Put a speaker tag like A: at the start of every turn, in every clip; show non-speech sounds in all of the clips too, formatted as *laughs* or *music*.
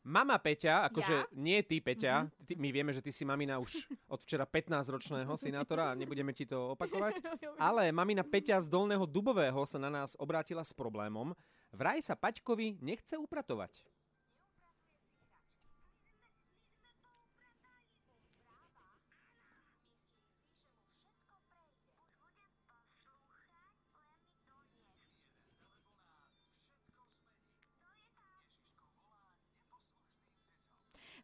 A: Mama Peťa, akože ja? nie ty Peťa, ty, my vieme, že ty si mamina už od včera 15-ročného senátora a nebudeme ti to
B: *laughs*
A: *laughs* opakovať, ale mamina Peťa z Dolného Dubového sa na nás obrátila s problémom. Vraj sa Paťkovi nechce upratovať.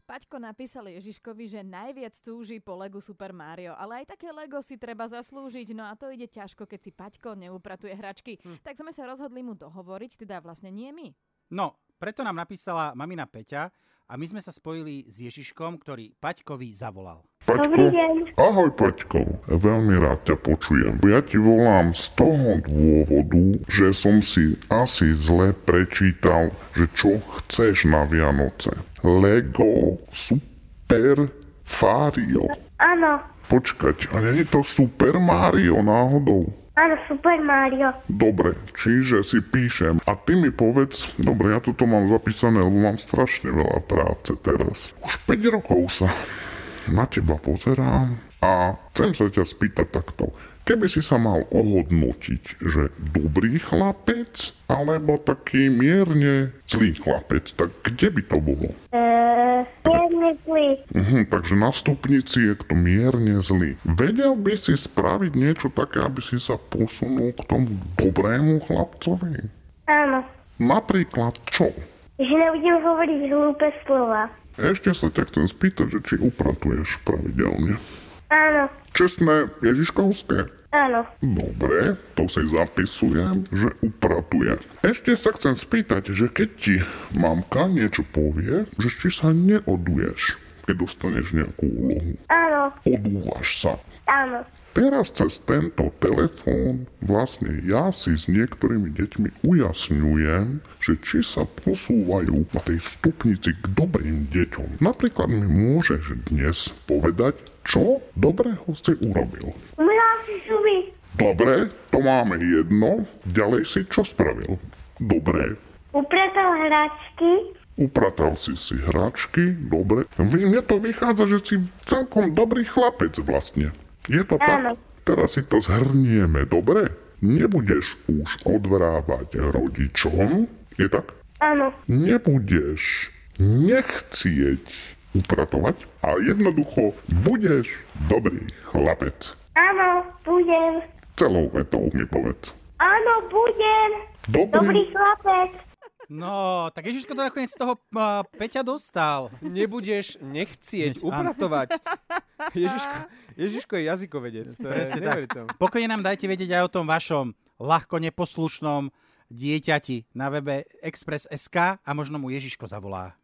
B: Paťko napísal Ježiškovi, že najviac túži po Lego Super Mario, ale aj také Lego si treba zaslúžiť, no a to ide ťažko, keď si Paťko neupratuje hračky. Hm. Tak sme sa rozhodli mu dohovoriť, teda vlastne nie my.
C: No, preto nám napísala mamina Peťa a my sme sa spojili s Ježiškom, ktorý Paťkovi zavolal.
D: Paťko, ahoj Paťko, veľmi rád ťa počujem. Ja ti volám z toho dôvodu, že som si asi zle prečítal, že čo chceš na Vianoce. Lego Super Fario.
E: Áno,
D: Počkať, a nie je to Super Mario náhodou?
E: áno, Super Mario.
D: Dobre, čiže si píšem. A ty mi povedz, dobre, ja toto mám zapísané, lebo mám strašne veľa práce teraz. Už 5 rokov sa na teba pozerám a chcem sa ťa spýtať takto. Keby si sa mal ohodnotiť, že dobrý chlapec alebo taký mierne zlý chlapec, tak kde by to bolo?
E: E, Eee, jedný plý.
D: Mhm, takže na stupnici je to mierne zlý. Vedel by si spraviť niečo také, aby si sa posunul k tomu dobrému chlapcovi?
E: Áno,
D: Napríklad čo?
E: že nebudem hovoriť hlúpe slova.
D: Ešte sa ťa chcem spýtať, že či upratuješ pravidelne.
E: Áno,
D: Čestné Ježiškovské?
E: áno,
D: Dobre, to si zapisujem, že upratuje. Ešte sa chcem spýtať, že keď ti mamka niečo povie, že či sa neoduješ, keď dostaneš nejakú úlohu.
E: áno,
D: Odúvaš sa.
E: áno,
D: Teraz cez tento telefón vlastne ja si s niektorými deťmi ujasňujem, že či sa posúvajú na tej stupnici k dobrým deťom. Napríklad mi môžeš dnes povedať, čo dobrého si urobil.
E: umrela si zuby,
D: Dobre, to máme jedno. Ďalej si čo spravil? Dobre,
E: upratal hračky,
D: upratal si si hračky, dobre. Vy- Mne to vychádza, že si celkom dobrý chlapec vlastne. Je to tak?
E: Áno.
D: Teraz si to zhrnieme, dobre? Nebudeš už odvrávať rodičom, je tak?
E: áno,
D: Nebudeš nechcieť upratovať a jednoducho budeš dobrý chlapec.
E: áno, budem,
D: Celou vetou mi povedz.
E: áno, budem, dobrý chlapec,
C: No, tak Ježiško to nakoniec z toho uh, Peťa dostal.
A: Nebudeš nechcieť
C: Hneď, áno.
A: upratovať. Ježiško, Ježiško je jazykovedec. To je
C: Presne tak.
A: neuveriteľné.
C: Pokojne nám dajte vedieť aj o tom vašom ľahko neposlušnom dieťati na webe Express.sk a možno mu Ježiško zavolá.